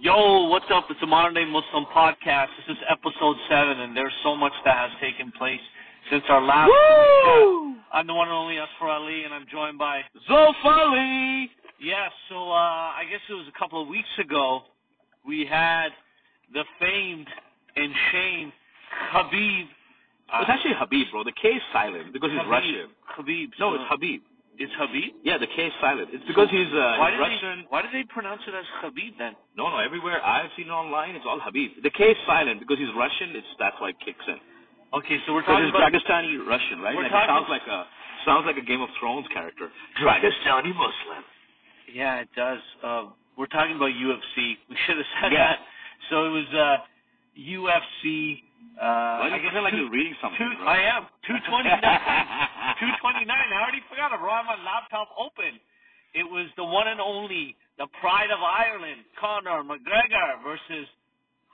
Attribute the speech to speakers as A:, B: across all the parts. A: Yo, what's up? It's the Modern Day Muslim Podcast. This is episode seven, and there's so much that has taken place since our last.
B: Woo!
A: I'm the one and only Asfar Ali, and I'm joined by Zofali. Yeah, so uh, I guess it was a couple of weeks ago we had the famed and shamed Khabib. Uh,
B: It's actually Habib, bro. The K is silent because he's
A: Khabib,
B: Russian.
A: Khabib.
B: No,
A: so-
B: it's Habib.
A: it's Habib.
B: Yeah, the K is silent. It's because he's uh,
A: why
B: he's
A: did
B: Russian.
A: They, why did they pronounce it as Khabib then?
B: No, no. Everywhere I've seen it online, it's all Habib. The K is silent because he's Russian. It's that's why it kicks in.
A: Okay, so we're
B: Because
A: talking
B: he's
A: about
B: Dagestani Russian, right?
A: We're
B: Like,
A: talking-
B: it sounds like a sounds like a Game of Thrones character. Dagestani Muslim.
A: Yeah, it does. Uh, we're talking about UFC. We should have said
B: Yeah.
A: that. So it was uh, UFC. Uh,
B: Why
A: I
B: do you
A: guess
B: pretend like
A: two-
B: you're reading something,
A: two-
B: bro?
A: I am. 229. 229. I already forgot. I brought my laptop open. It was the one and only, the pride of Ireland, Conor McGregor versus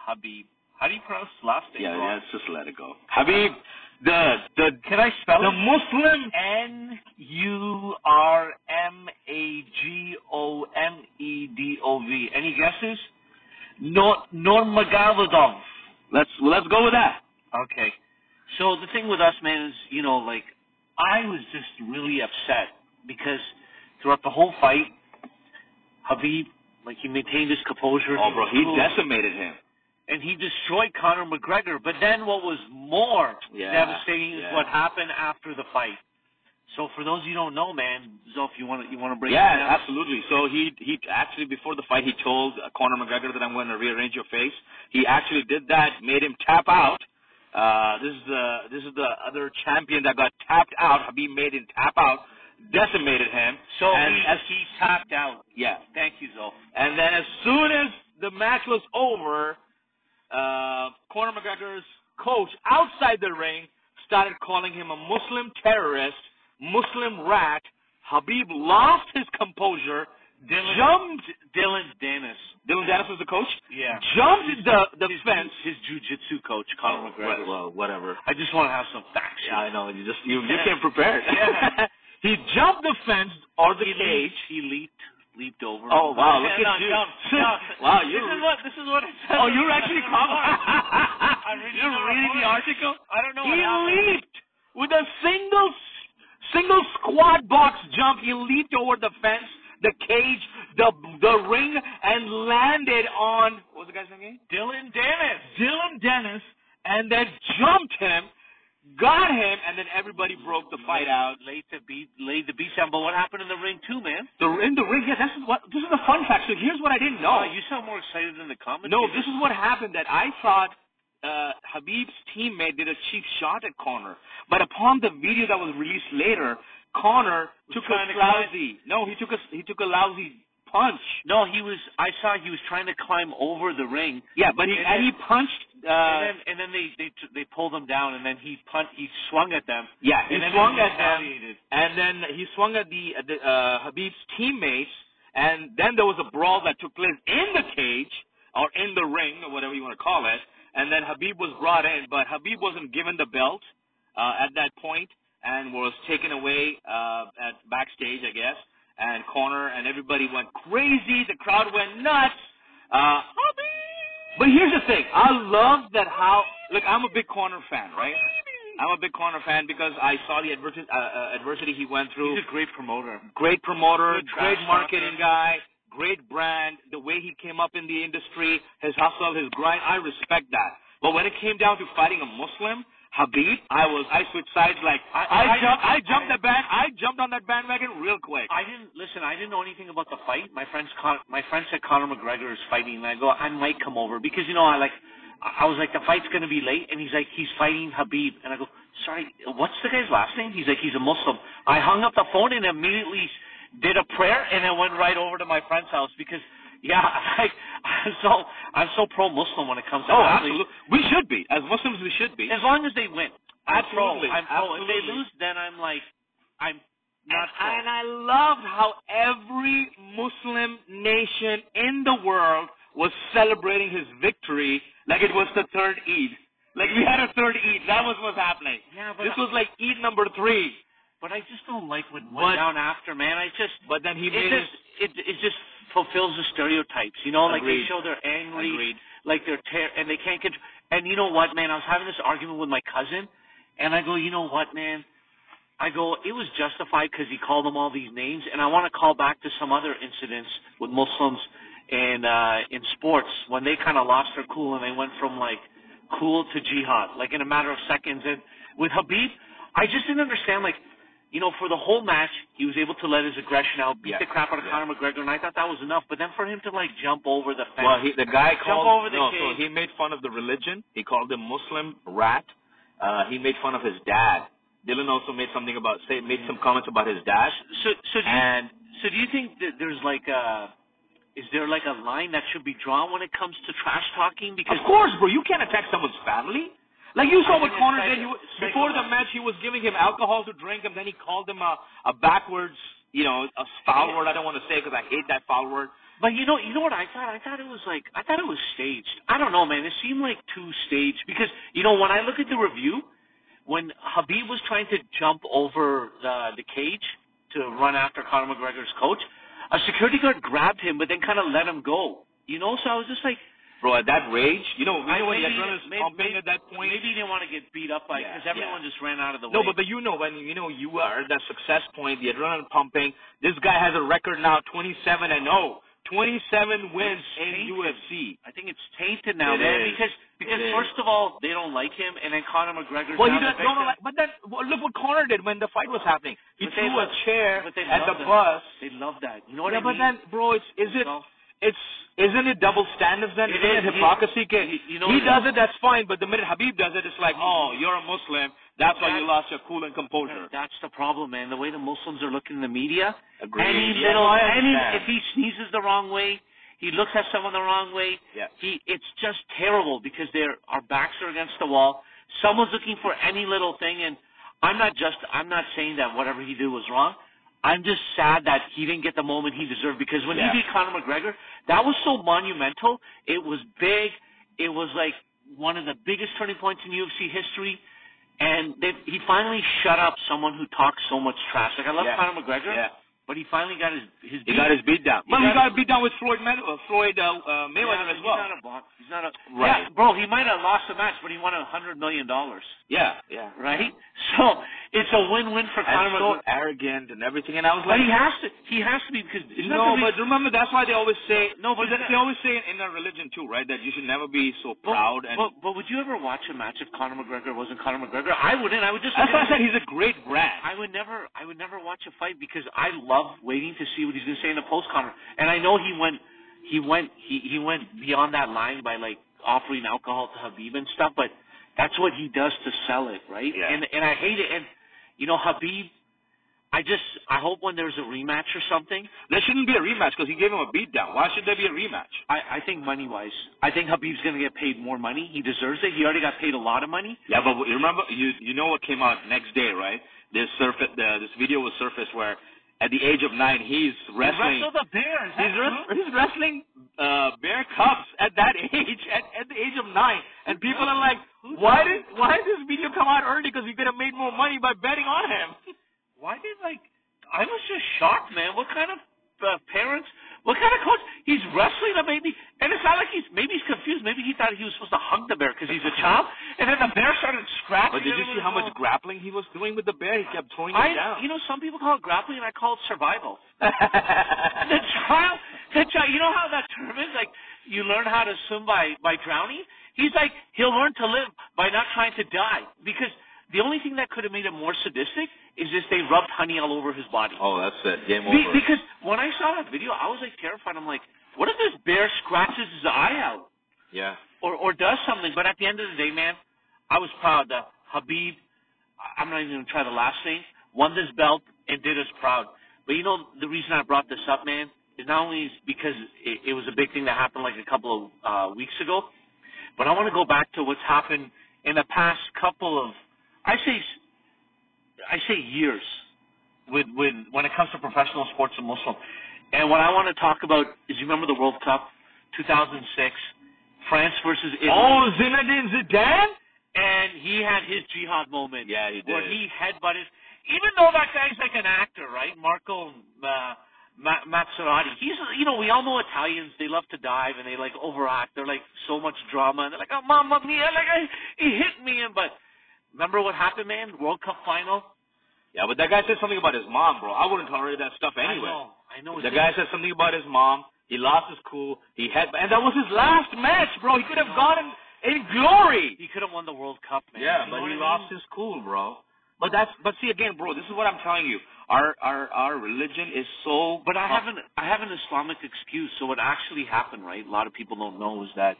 A: Habib. How do you pronounce his last name?
B: Yeah,
A: bro?
B: yeah. Let's just let it go. Uh, Habib, the the
A: Can I spell
B: the
A: it?
B: Muslim.
A: N U R M A G O M E D O V. Any guesses? Nor Normagavadov.
B: Let's let's go with that.
A: Okay. So the thing with us, man, is you know, like I was just really upset because throughout the whole fight, Habib, like he maintained his composure.
B: Oh, bro, he
A: cool,
B: decimated him.
A: and he destroyed Conor McGregor. But then what was more
B: Yeah,
A: devastating is
B: yeah.
A: what happened after the fight. So for those you who don't know, man, Zoph, you want to you want to break it down?
B: Yeah, absolutely. So he he actually before the fight he told uh, Conor McGregor that I'm going to rearrange your face. He actually did that, made him tap out. Uh, this is the this is the other champion that got tapped out. Habib made him tap out, decimated him.
A: So
B: and
A: he,
B: as
A: he tapped out.
B: yeah,
A: Thank you, Zoph.
B: and then as soon as the match was over, uh, Conor McGregor's coach outside the ring started calling him a Muslim terrorist, Muslim rat. Habib lost his composure,
A: Dylan
B: jumped.
A: Dylan Dennis.
B: Dylan Dennis was the coach.
A: Yeah.
B: Jumped the Oh, the
A: his,
B: fence.
A: His jujitsu coach, Conor McGregor.
B: Well, whatever.
A: I just want to have some facts.
B: Yeah, I know. You just you you
A: Yeah.
B: came prepared.
A: Yeah.
B: he jumped the fence or the
A: he
B: cage.
A: leaped. He leaped. Leaped over.
B: Oh, wow, look
A: Yeah,
B: at
A: no,
B: you.
A: no, no.
B: Wow,
A: This
B: you're-
A: is what this is what it says.
B: Oh, you're actually
A: I'm reading
B: You're
A: the
B: reading the
A: report.
B: article.
A: I don't know what
B: he
A: happened.
B: leaped with a single single squat box jump. He leaped over the fence, the cage, the the ring, and landed on what was the guy's name? again?
A: Dylan Dennis.
B: Dylan Dennis, and then jumped him, got him, and then everybody broke the fight out.
A: Laid the beat, laid the beat down. But what happened in the ring too, man?
B: The in the ring. Yeah, this is what this is the fun fact. So here's what I didn't know.
A: Wow, Uh, you sound more excited than the comments.
B: No, this is what happened that I thought uh, Habib's teammate did a cheap shot at Connor. But upon the video that was released later, Connor took
A: trying to
B: a lousy. No, he took a he took a lousy punch.
A: No, he was. I saw he was trying to climb over the ring,
B: Yeah, but he
A: And
B: and,
A: then-
B: he punched. Uh,
A: and then and then they they t- they pulled him down, and then he punt he swung at them.
B: yeah, he
A: and then
B: swung
A: he
B: at him,
A: retaliated.
B: and then he swung at the, at the uh, Habib's teammates, and then there was a brawl that took place in the cage or in the ring or whatever you want to call it. And then Habib was brought in, but Habib wasn't given the belt. uh, at that point and was taken away uh, at backstage, I guess. And Corner and everybody went crazy. The crowd went nuts. Uh, but here's the thing: I love that how look. I'm a big Corner fan, right? I'm a big Corner fan because I saw the adversity, uh, uh, adversity he went through.
A: He's a great promoter.
B: Great promoter,
A: Good
B: great
A: trash
B: marketing guy, great brand. The way he came up in the industry, his hustle, his grind. I respect that. But when it came down to fighting a Muslim, Habib, I was I switched sides like
A: I-
B: I,
A: I-
B: jumped I
A: I-
B: jumped the band I jumped on that bandwagon real quick.
A: I didn't listen. I didn't know anything about the fight. My friends, Con- my friend said Conor McGregor is fighting, and I go, I might come over because you know I like. I I was like, the fight's gonna be late, and he's like, he's fighting Habib, and I go, sorry, what's the guy's last name? He's like, he's a Muslim. I hung up the phone and immediately did a prayer, and I went right over to my friend's house because, yeah, like, I'm so I'm so pro-Muslim when it comes to
B: oh,
A: athletes.
B: absolutely. We should be as Muslims. We should be.
A: As long as they win, I'm
B: Absolutely,
A: pro. I'm pro. If they
B: absolutely.
A: lose, then I'm like, I'm not.
B: And,
A: pro.
B: and I loved how every Muslim nation in the world was celebrating his victory like it was the third Eid. Like we had a third Eid. That was what's happening.
A: yeah, but
B: This was like Eid number three.
A: But I just don't like what went
B: What?
A: down after, man. I just
B: But then he
A: it
B: made his
A: just it it just fulfills the stereotypes. You know, like they
B: Agreed.
A: show they're angry,
B: Agreed.
A: like they're ter- and they can't control. And you know what, man? I was having this argument with my cousin, and I go, you know what, man? I go, it was justified because he called them all these names, and I want to call back to some other incidents with Muslims in uh, in sports when they kind of lost their cool and they went from like cool to jihad, like in a matter of seconds. And with Habib, I just didn't understand, like. You know, for the whole match, he was able to let his aggression out, beat
B: Yeah,
A: the crap out of
B: yeah.
A: Conor McGregor, and I thought that was enough. But then for him to like jump over the fence,
B: Well, he, the guy
A: Jump
B: called
A: over the
B: no,
A: cage.
B: so he made fun of the religion. He called him Muslim rat. Uh, he made fun of his dad. Dylan also made something about say made some comments about his dad.
A: so so do you
B: And
A: So do you think that there's like a is there like a line that should be drawn when it comes to trash talking? Because
B: of course, bro, you can't attack someone's family. Like you saw
A: I
B: what
A: think
B: Connor
A: it's
B: did.
A: psycho-
B: He, wa- before the
A: psychological.
B: match, he was giving him alcohol to drink, and then he called him a, a backwards, you know, a foul word. I don't want to say because I hate that foul word.
A: but you know you know what I thought? I thought it was like I thought it was staged. I don't know, man. It seemed like too staged because you know when I look at the review, when Habib was trying to jump over the the cage to run after Conor McGregor's coach, a security guard grabbed him but then kind of let him go. You know, so I was just like
B: Bro, at that rage, you know, you
A: I-
B: know when the
A: maybe-
B: adrenaline's
A: maybe-
B: pumping at that point.
A: maybe he didn't want to get beat up by
B: Yeah,
A: because everyone just ran out of the
B: No,
A: way.
B: but, but you know when you know you are at that success point, the adrenaline pumping. This guy has a record now, 27 and 0, 27 wins in
A: Tainted.
B: UFC.
A: I think it's tainted now,
B: It
A: man.
B: is.
A: Because because
B: It is.
A: first of all, they don't like him, and then Conor McGregor's
B: Well, he
A: now the
B: does, no, no,
A: victim.
B: like, but then well, look what Connor did when the fight was happening. He
A: But they
B: threw a
A: love-
B: chair
A: but they
B: at
A: love
B: the
A: that.
B: bus.
A: They love that. You know what
B: yeah,
A: I
B: but
A: mean?
B: then, bro, it's is it
A: No.
B: it's isn't it double standards then?
A: It
B: Isn't
A: is.
B: it hypocrisy?
A: He-
B: kid?
A: he- you know
B: he
A: what-
B: does it, that's fine. But the minute Habib does it, it's like, oh, you're a Muslim. That's why you
A: That-
B: lost your cool and composure.
A: That- That's the problem, man. The way the Muslims are looking in the media,
B: Agreed.
A: any
B: Yeah,
A: little,
B: no, I
A: any
B: understand.
A: if he sneezes the wrong way, he looks at someone the wrong way.
B: Yeah.
A: He, it's just terrible because they're our backs are against the wall. Someone's looking for any little thing, and I'm not just, I'm not saying that whatever he did was wrong. I'm just sad that he didn't get the moment he deserved because when
B: Yeah.
A: he beat Conor McGregor, that was so monumental. It was big. It was like one of the biggest turning points in UFC history. And they, he finally shut up someone who talks so much trash. Like I love
B: Yeah.
A: Conor McGregor,
B: Yeah.
A: but he finally got his his.
B: He got his beat down.
A: He
B: But he
A: got
B: got beat down with Floyd, May- uh, Floyd uh, uh, Mayweather
A: Yeah,
B: as well.
A: He's not a block. He's not a.
B: Right.
A: Yeah, bro, he might have lost the match, but he won a hundred million dollars,
B: Yeah, yeah.
A: right? So it's a win-win for
B: And
A: Conor
B: so
A: McGregor.
B: arrogant and everything. And I was
A: But
B: like,
A: he has to. He has to be because isn't that
B: no,
A: the reason-
B: but remember that's why they always say
A: No, but
B: they always say in our religion too, right? That you should never be so
A: But-
B: proud. And
A: But, but would you ever watch a match if Conor McGregor wasn't Conor McGregor? I wouldn't. I would just.
B: that's why I said he's a great brat.
A: I would never I would never watch a fight because I love waiting to see what he's gonna say in the post conference. And I know he went he went he, he went beyond that line by like offering alcohol to Habib and stuff, but that's what he does to sell it, right?
B: Yeah.
A: And and I hate it and you know, Habib I just I hope when there's a rematch or something
B: There shouldn't be a rematch because he gave him a beat down. Why should there be a rematch?
A: I, I think money wise. I think Habib's gonna get paid more money. He deserves it. He already got paid a lot of money.
B: Yeah, but you remember you you know what came out next day, right? This surface, the, this video was surfaced where at the age of nine he's wrestling.
A: the Bears.
B: He's, wrest- he's wrestling uh, bear cubs at that age, at, at the age of nine, and people are like, "Why did why did this video come out early? Because we could have made more money by betting on him."
A: Why did like I was just shocked, man. What kind of uh, parents? What kind of coach? He's wrestling a baby, and it's not like he's maybe he's confused. Maybe he thought he was supposed to hug the bear because he's a child, and then the bear started scratching.
B: But did you
A: him
B: see
A: and
B: how much
A: all-
B: grappling he was doing with the bear? He kept throwing him
A: I,
B: down.
A: you know, some people call it grappling, and I call it survival. The child, the child. You know how that term is? Like you learn how to swim by by drowning. He's like he'll learn to live by not trying to die because the only thing that could have made him more sadistic is if they rubbed honey all over his body.
B: oh, that's it. Game
A: Be- because when I saw that video, I was like terrified. I'm like, what if this bear scratches his eye out
B: yeah.
A: or or does something? But at the end of the day, man, I was proud that Habib. I- I'm not even gonna try the last name. Won this belt and did us proud. But you know the reason I brought this up, man, is not only is because it, it was a big thing that happened like a couple of uh, weeks ago, but I want to go back to what's happened in the past couple of, I say, I say years, with with when it comes to professional sports and Muslim. And what I want to talk about is you remember the World Cup, 2006, France versus Italy,
B: Oh, Zinedine Zidane.
A: and he had his jihad moment.
B: Yeah, he did.
A: Where he headbutted, even though that guy's like an actor, right? Marco uh, Ma- Mazzarati. He's, you know, we all know Italians. They love to dive and they like overact. They're like so much drama and they're like, oh, mamma mia, like I, he hit me. And but remember what happened, man? World Cup final.
B: Yeah, but that guy said something about his mom, bro. I wouldn't tolerate that stuff
A: I
B: anyway.
A: know. I know. it's-
B: The guy said something about his mom. He lost his cool. He had, and that was his last match, bro. He could have gone in, in glory.
A: he could have won the World Cup, man.
B: Yeah,
A: You know
B: but
A: what I mean?
B: he lost his cool, bro. But that's, but see again, bro. This is what I'm telling you. Our, our, our religion is so.
A: But I have an I have an Islamic excuse. So what actually happened, right? A lot of people don't know is that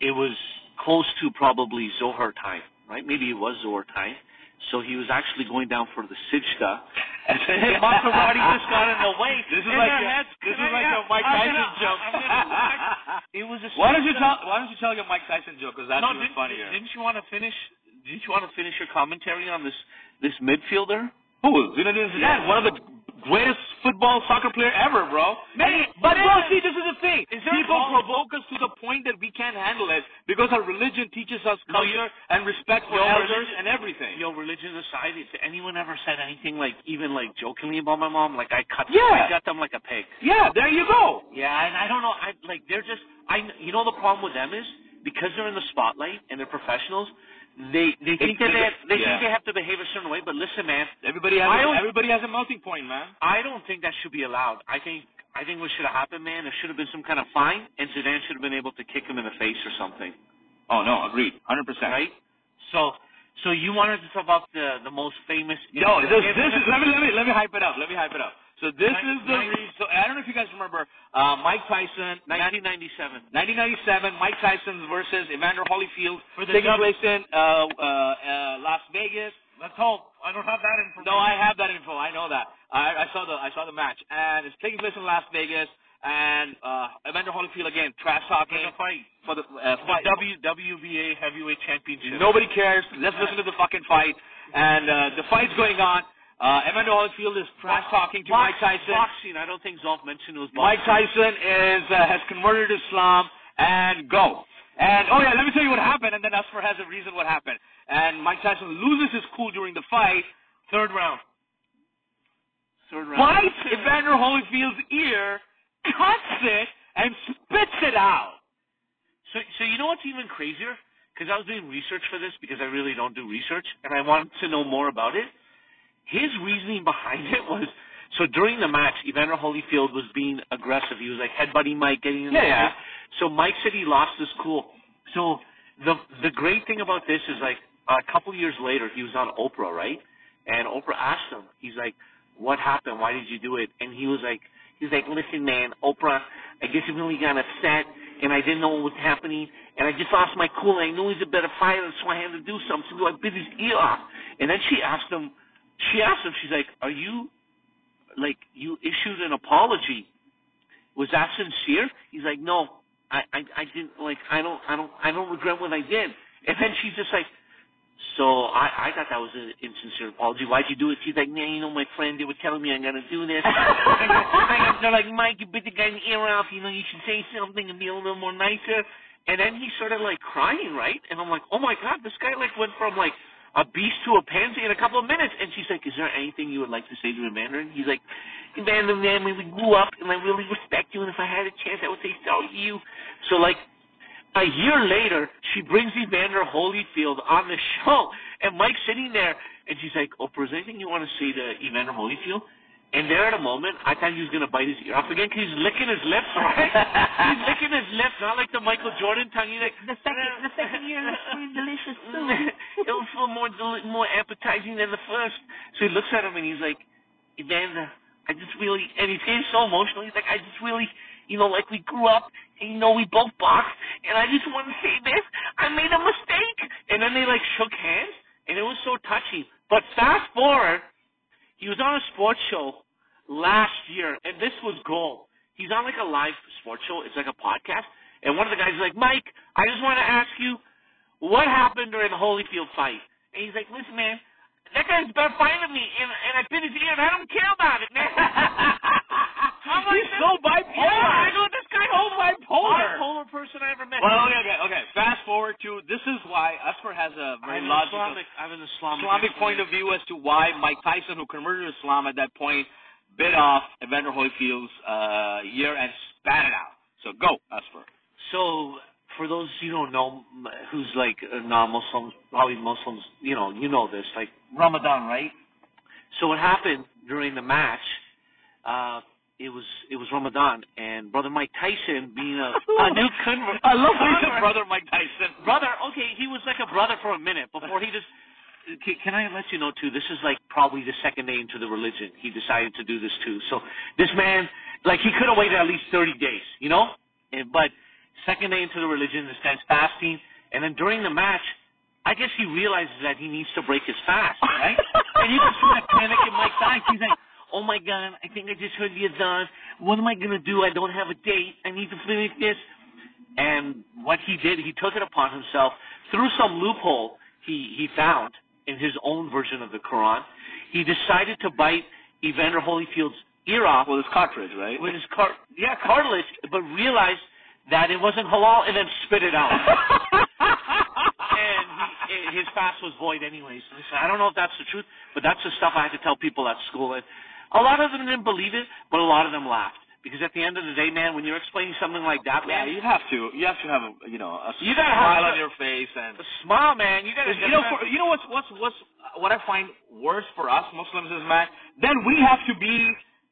A: it was close to probably Zohar time, right? Maybe it was Zohar time. So he was actually going down for the sijda, and then Maserati just got in the way.
B: This is
A: And
B: like
A: then
B: a-
A: that's-
B: this is
A: and I-
B: like a Mike
A: I'm
B: Tyson
A: gonna-
B: joke.
A: I'm gonna- it was a.
B: Why don't you
A: sijda.
B: tell? Why don't you tell your Mike Tyson joke? Because that's
A: no,
B: even
A: didn't,
B: funnier.
A: Didn't you want to finish? Didn't you want to finish your commentary on this this midfielder?
B: Who? Zinedine Zidane, one of the greatest football soccer player ever, bro.
A: Man,
B: but bro,
A: man.
B: see, this is the thing.
A: Is there a
B: People
A: call-
B: provoke us to the point that we can't handle it because our religion teaches us
A: No,
B: culture
A: you-
B: and respect for
A: Your
B: elders
A: religion-
B: and everything.
A: Yo, religion aside, if anyone ever said anything like even like jokingly about my mom, like I cut,
B: Yeah.
A: I cut them like a pig.
B: yeah, there you go.
A: Yeah, and I don't know, I like they're just, I, you know, the problem with them is because they're in the spotlight and they're professionals, they they think that
B: they-
A: they have, they
B: yeah.
A: think they have to behave a certain way. But listen, man,
B: Everybody has
A: I
B: a,
A: don't-
B: everybody has a melting point, man.
A: I don't think that should be allowed. I think I think what should have happened, man, there should have been some kind of fine, and Zidane should have been able to kick him in the face or something.
B: Oh no, agreed, hundred percent.
A: right? So, so you wanted to talk about the the most famous?
B: No, this, this is let me let me let me hype it up. Let me hype it up. So this
A: Nin-
B: is the
A: nin-
B: reason. So I don't know if you guys remember uh, Mike Tyson,
A: 1997.
B: 1997, Mike Tyson versus Evander Holyfield
A: For the
B: taking
A: dub-
B: place in uh, uh, uh, Las Vegas.
A: Let's hope. I don't have that information.
B: No, I have that info. I know that. I, I saw the I saw the match, and it's taking place in Las Vegas. And uh, Evander Holyfield again trash talking
A: fight.
B: for the E uh,
A: The
B: fight.
A: W- WBA heavyweight championship.
B: Nobody cares. Let's listen to the fucking fight. And uh, the fight's going on. Uh, Evander Holyfield is trash talking to Mike
A: Box-
B: Tyson.
A: Boxing. I don't think Zolf mentioned it was
B: Mike
A: boxing.
B: Tyson is uh, has converted to Islam and go. And oh yeah, let me tell you what happened, and then Asfer has a reason what happened. And Mike Tyson loses his cool during the fight,
A: Third round. Third round.
B: bites Evander Holyfield's ear, cuts it, and spits it out.
A: So, so you know what's even crazier? Because I was doing research for this because I really don't do research, and I wanted to know more about it. His reasoning behind it was so during the match, Evander Holyfield was being aggressive. He was like headbutting Mike, getting in
B: Yeah,
A: the
B: yeah.
A: face. So Mike said he lost his cool. So the the great thing about this is like a couple years later, he was on Oprah, right? And Oprah asked him, he's like, "What happened? Why did you do it?" And he was like, "He's like, listen, man, Oprah, I guess I really got upset, and I didn't know what was happening, and I just lost my cool. I knew he's a better fighter, so I had to do something. So I bit his ear off." And then she asked him, she asked him, she's like, "Are you like you issued an apology? Was that sincere?" He's like, "No, I, I, I didn't like. I don't, I don't, I don't regret what I did." And then she's just like, so I, I thought that was an insincere apology. Why'd you do it? She's like, man, you know, my friend, they were telling me I'm gonna do this. And they're- they're like, Mike, you bit the guy's ear off. You know, you should say something and be a little more nicer. And then he started like crying, right? And I'm like, oh my god, this guy like went from like a beast to a pansy in a couple of minutes. And she's like, is there anything you would like to say to Evander? And he's like, Evander, man, we grew up, and I really respect you. And if I had a chance, I would say sorry to you. So like, a year later, she brings Evander Holyfield on the show, and Mike's sitting there, and she's like, "Oprah, is there anything you want to say to Evander Holyfield?" And there at a moment, I thought he was gonna bite his ear off again 'cause he's licking his lips, right? he's licking his lips, not like the Michael Jordan tongue. He's like, "The second, the second year looks pretty delicious too. It'll feel more deli- more appetizing than the first. So he looks at him and he's like, Evander, I just really, and he's getting so emotional. He's like, I just really, you know, like we grew up, and you know, we both boxed, and I just want to say this, I made a mistake. And then they like shook hands, and it was so touching. But fast forward, he was on a sports show last year, and this was gold. He's on like a live sports show. It's like a podcast, and one of the guys is like, Mike, I just want to ask you, what happened during the Holyfield fight? And he's like, listen, man, that guy's better fighting than me, and, and I bit his ear, and I don't care about it, man. I'm like,
B: He's so bipolar.
A: Yeah, I go, this guy
B: So bipolar.
A: bipolar person I ever met.
B: Well, okay, okay, okay. Fast forward to this is why Asper has a
A: I have
B: very
A: an
B: logical.
A: Islamic, I have an Islamic,
B: Islamic point of view as to why Mike Tyson, who converted to Islam at that point, bit off Evander Holyfield's uh, ear and spat it out. So go, Asper.
A: So for those you don't know m- who's like uh, non-Muslims, probably Muslims, you know, you know this, like Ramadan, right? So what happened during the match? Uh, it was it was Ramadan, and Brother Mike Tyson being a, a new convert.
B: I love when you said
A: convert-
B: brother Mike Tyson.
A: brother. Okay, he was like a brother for a minute before he just. Can- Can I let you know too? This is like probably the second day into the religion. He decided to do this too. So this man, like he could have waited at least thirty days, you know. And, but second day into the religion, this guy's fasting, and then during the match, I guess he realizes that he needs to break his fast, right? and you can see the panic in Mike's eyes. He's like, "Oh my God, I think I just heard the Adhan. What am I gonna do? I don't have a date. I need to finish this." And what he did, he took it upon himself through some loophole he, he found in his own version of the Quran. He decided to bite Evander Holyfield's ear off
B: Well, it's cartridge, right?
A: with his car, yeah, cartilage, but realized that it wasn't halal and then spit it out. and he, i- his fast was void anyways. Listen, I don't know if that's the truth, but that's the stuff I had to tell people at school. And a lot of them didn't believe it, but a lot of them laughed. Because at the end of the day, man, when you're explaining something like that, man,
B: yeah, you have to. You have to have a you know a
A: You gotta have
B: smile
A: a-
B: on your face and
A: Smile, man. You gotta.
B: you know for, you know what's what's what's what I find worse for us Muslims is man. Then we have to be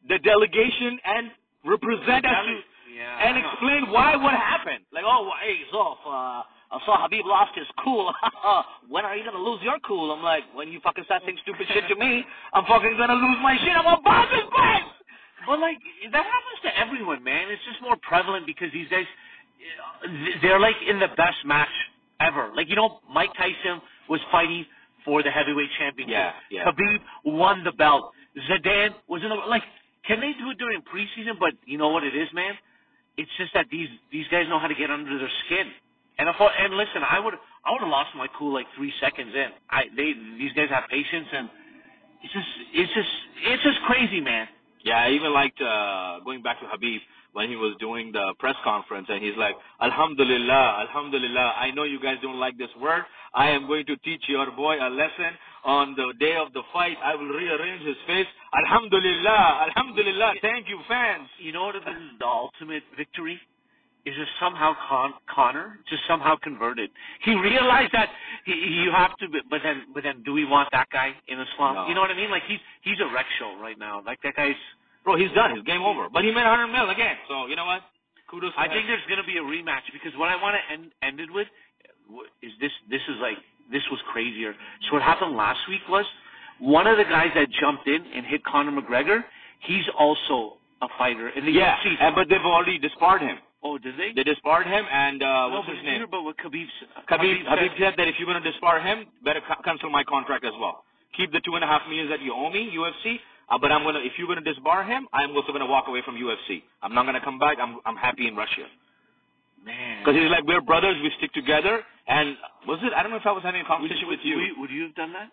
B: the delegation and represent us to-
A: yeah.
B: and explain why what happened. Like oh well, hey Zof, uh, I saw Habib lost his cool. when are you gonna lose your cool? I'm like when you fucking start saying stupid shit to me, I'm fucking gonna lose my shit. I'm gonna bounce his butt.
A: But like that happens to everyone, man. It's just more prevalent because these guys, th- they're like in the best match ever. Like you know, Mike Tyson was fighting for the heavyweight championship.
B: Yeah, yeah.
A: Khabib won the belt. Zidane was in the like. Can they do it during preseason? But you know what it is, man. It's just that these these guys know how to get under their skin. And if, I- and listen, I would I would have lost my cool like three seconds in. I they these guys have patience and it's just it's just it's just crazy, man.
B: Yeah, I even liked uh, going back to Habib when he was doing the press conference, and he's like, "Alhamdulillah, Alhamdulillah. I know you guys don't like this word. I am going to teach your boy a lesson on the day of the fight. I will rearrange his face. Alhamdulillah, Alhamdulillah. Thank you, fans.
A: you know what would have been the ultimate victory? Is just somehow Con- Connor just somehow converted. He realized that he, he- you have to, but then, but then, do we want that guy in Islam?
B: No.
A: You know what I mean? Like he's he's a wreck show right now. Like that guy's.
B: Bro, he's done. His game over. But he made 100 mil again. So you know what? Kudos. to
A: I
B: him.
A: think there's gonna be a rematch because what I want to end ended with w- is this. This is like this was crazier. So what happened last week was one of the guys that jumped in and hit Conor McGregor. He's also a fighter in the
B: Yeah,
A: UFC.
B: and, but they've already disbarred him.
A: oh, did they?
B: They disbarred him, and uh,
A: no,
B: what's
A: but
B: his name?
A: here, but what Khabib, said-
B: Khabib, Khabib said that if you're going to disbar him, better c- cancel my contract as well. Keep the two and a half millions that you owe me, UFC. Uh, but I'm going to, if you're going to disbar him, I'm also going to walk away from UFC. I'm not going to come back. I'm, I'm happy in Russia.
A: Man.
B: Because he's like, we're brothers. We stick together. And was it? I don't know if I was having a conversation with you.
A: Would, would you have done that?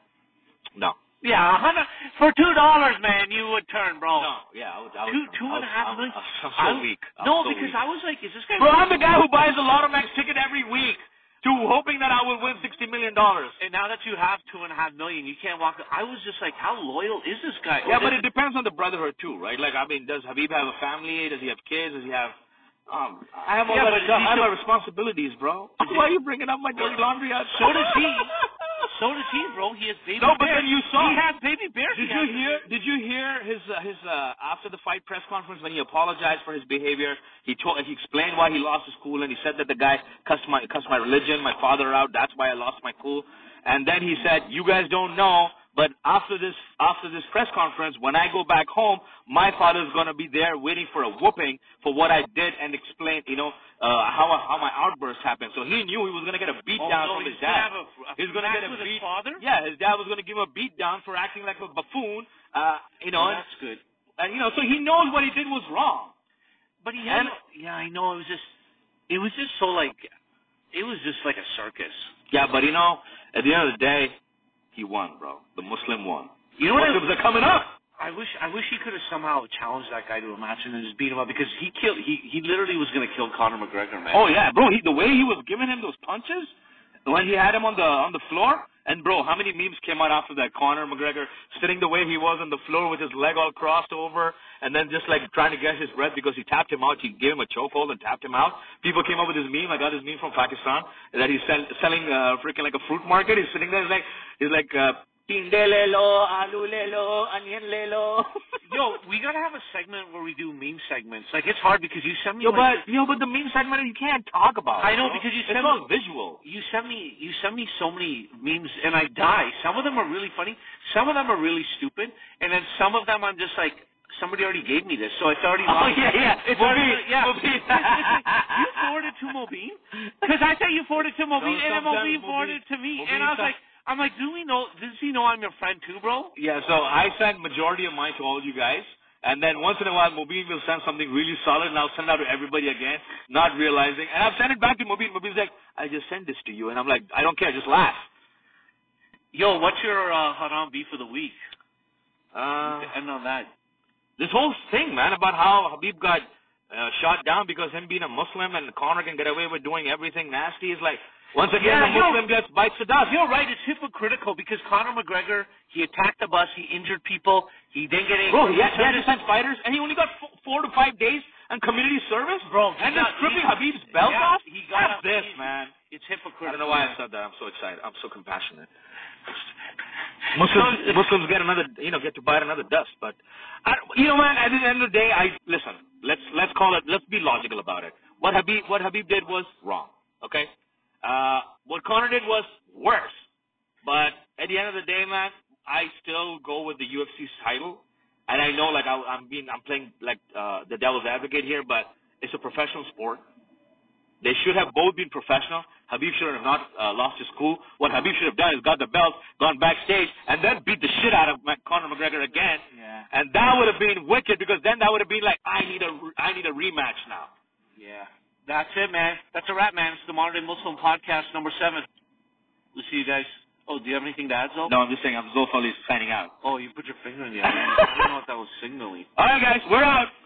B: no.
A: Yeah, a hundred for two dollars, man. You would turn, bro.
B: No. Yeah. I was, I was,
A: Two, two
B: I
A: and a
B: was,
A: half
B: I'm-
A: million.
B: I'm,
A: I
B: I'm so
A: was-
B: weak. I'm
A: no,
B: so
A: because
B: weak.
A: I was like, is this guy?
B: Bro, I'm the guy who buys a Lottomax ticket every week to hoping that I will win sixty million dollars.
A: and now that you have two and a half million, you can't walk. I was just like, how loyal is this guy?
B: Yeah, but
A: This-
B: it depends on the brotherhood too, right? Like, I mean, does Habib have a family? Does he have kids? Does he have? Um, I have all
A: Yeah,
B: that
A: but he
B: stuff. I have
A: should-
B: my responsibilities, bro. Why are you bringing up my dirty laundry? Out?
A: So does he. so does he, bro. He has baby.
B: No, but
A: bears.
B: then you saw-
A: He had baby bears. he
B: Did you
A: had-
B: hear? Did you hear his uh, his uh, after the fight press conference when he apologized for his behavior? He told he explained why he lost his cool and he said that the guy cussed my cussed my religion, my father out. That's why I lost my cool. And then he said, "You guys don't know, but after this after this press conference, when I go back home, my father's gonna be there waiting for a whooping for what I did and explain, you know, uh, how how my outburst happened. So he knew he was gonna get a beat
A: Oh,
B: down
A: so
B: from
A: he's
B: his
A: gonna
B: dad.
A: have a- a
B: he's gonna
A: match
B: get a
A: with his
B: beat.
A: father?
B: Yeah, his dad was gonna give him a beat down for acting like a buffoon. Uh, you know,
A: Oh,
B: and,
A: that's good.
B: and you know, so he knows what he did was wrong.
A: But he had.
B: And-
A: yeah, I know. It was just. It was just so like. It was just like a circus.
B: Yeah, but you know, at the end of the day, he won, bro. The Muslim won.
A: You know what? I-
B: Muslims are coming up.
A: I wish I wish he could have somehow challenged that guy to a match and then just beat him up because he killed he he literally was gonna kill Conor McGregor man.
B: Oh yeah, bro. He, the way he was giving him those punches when he had him on the on the floor, And bro, how many memes came out after that? Conor McGregor sitting the way he was on the floor with his leg all crossed over, and then just like trying to get his breath because he tapped him out. He gave him a chokehold and tapped him out. People came up with this meme. I got this meme from Pakistan that he's sell, selling uh, freaking like a fruit market. He's sitting there, he's like, he's like, uh, Tinde le lo, aloo le lo, onion le lo.
A: Yo, we gotta have a segment where we do meme segments. Like it's hard because you send me.
B: Yo,
A: like,
B: but yo, but the meme segment you can't talk about.
A: I know,
B: bro.
A: because you
B: it's
A: said-
B: all visual.
A: you send me you send me so many memes and I die. Some of them are really funny, some of them are really stupid, and then some of them I'm just like somebody already gave me this, so it's already
B: Oh,
A: lost.
B: yeah, yeah.
A: It's
B: Mobeen,
A: already, yeah.
B: Mobeen.
A: you forwarded to Mobeen? Because I thought you forwarded to Mobeen,
B: No,
A: and then
B: sometimes
A: Mobeen
B: Mobeen-
A: forwarded to me,
B: Mobeen
A: and I was
B: some-
A: like, I'm like, do we know? Does he know I'm your friend too, bro?
B: Yeah, so I send majority of mine to all you guys, and then once in a while, Mobeen will send something really solid, and I'll send it out to everybody again, not realizing. And I've sent it back to Mobeen. Mobeen's like, I just sent this to you, and I'm like, I don't care, just laugh.
A: Yo, what's your uh, haram beef of the week?
B: Uh,
A: End on that.
B: this whole thing, man, about how Habib got uh, shot down because him being a Muslim and Connor can get away with doing everything nasty is like, once again,
A: Yeah,
B: a
A: yo.
B: Muslim gets bites the dust.
A: You're right. It's hypocritical because Conor McGregor he attacked the bus, he injured people, he didn't get any.
B: Bro, he had,
A: turned
B: he had to
A: his-
B: send fighters, and he only got four, four to five days and community service.
A: Bro, he
B: and then
A: got- he-
B: stripping Habib's belt
A: yeah,
B: off.
A: he got
B: F
A: out-
B: this,
A: he-
B: man.
A: It's
B: I
A: hypocritical.
B: don't know why I said that. I'm so excited. I'm so compassionate.
A: So-
B: Muslims, Muslims get another, you know, get to bite another dust. But I, you know, man, at the end of the day, I listen. Let's let's call it. Let's be logical about it. What Habib what Habib did was wrong. Okay. Uh, what Conor did was worse. But at the end of the day, man, I still go with the UFC's title. And I know, like, I, I'm being, I'm playing like uh, the devil's advocate here, but it's a professional sport. They should have both been professional. Habib should have not uh, lost his cool. What Habib should have done is got the belt, gone backstage, and then beat the shit out of Mac- Conor McGregor again.
A: Yeah. uh,
B: And that would have been wicked because then that would have been like, I need a, re- I need a rematch now.
A: Yeah. That's it, man. That's a wrap, man. It's the Modern Day Muslim Podcast number seven. We'll see you guys. Oh, do you have anything to add, Zol?
B: No, I'm just saying, I'm Zofali signing out.
A: Oh, you put your finger in the air. man. I don't know what that was signaling.
B: All right, guys, we're out.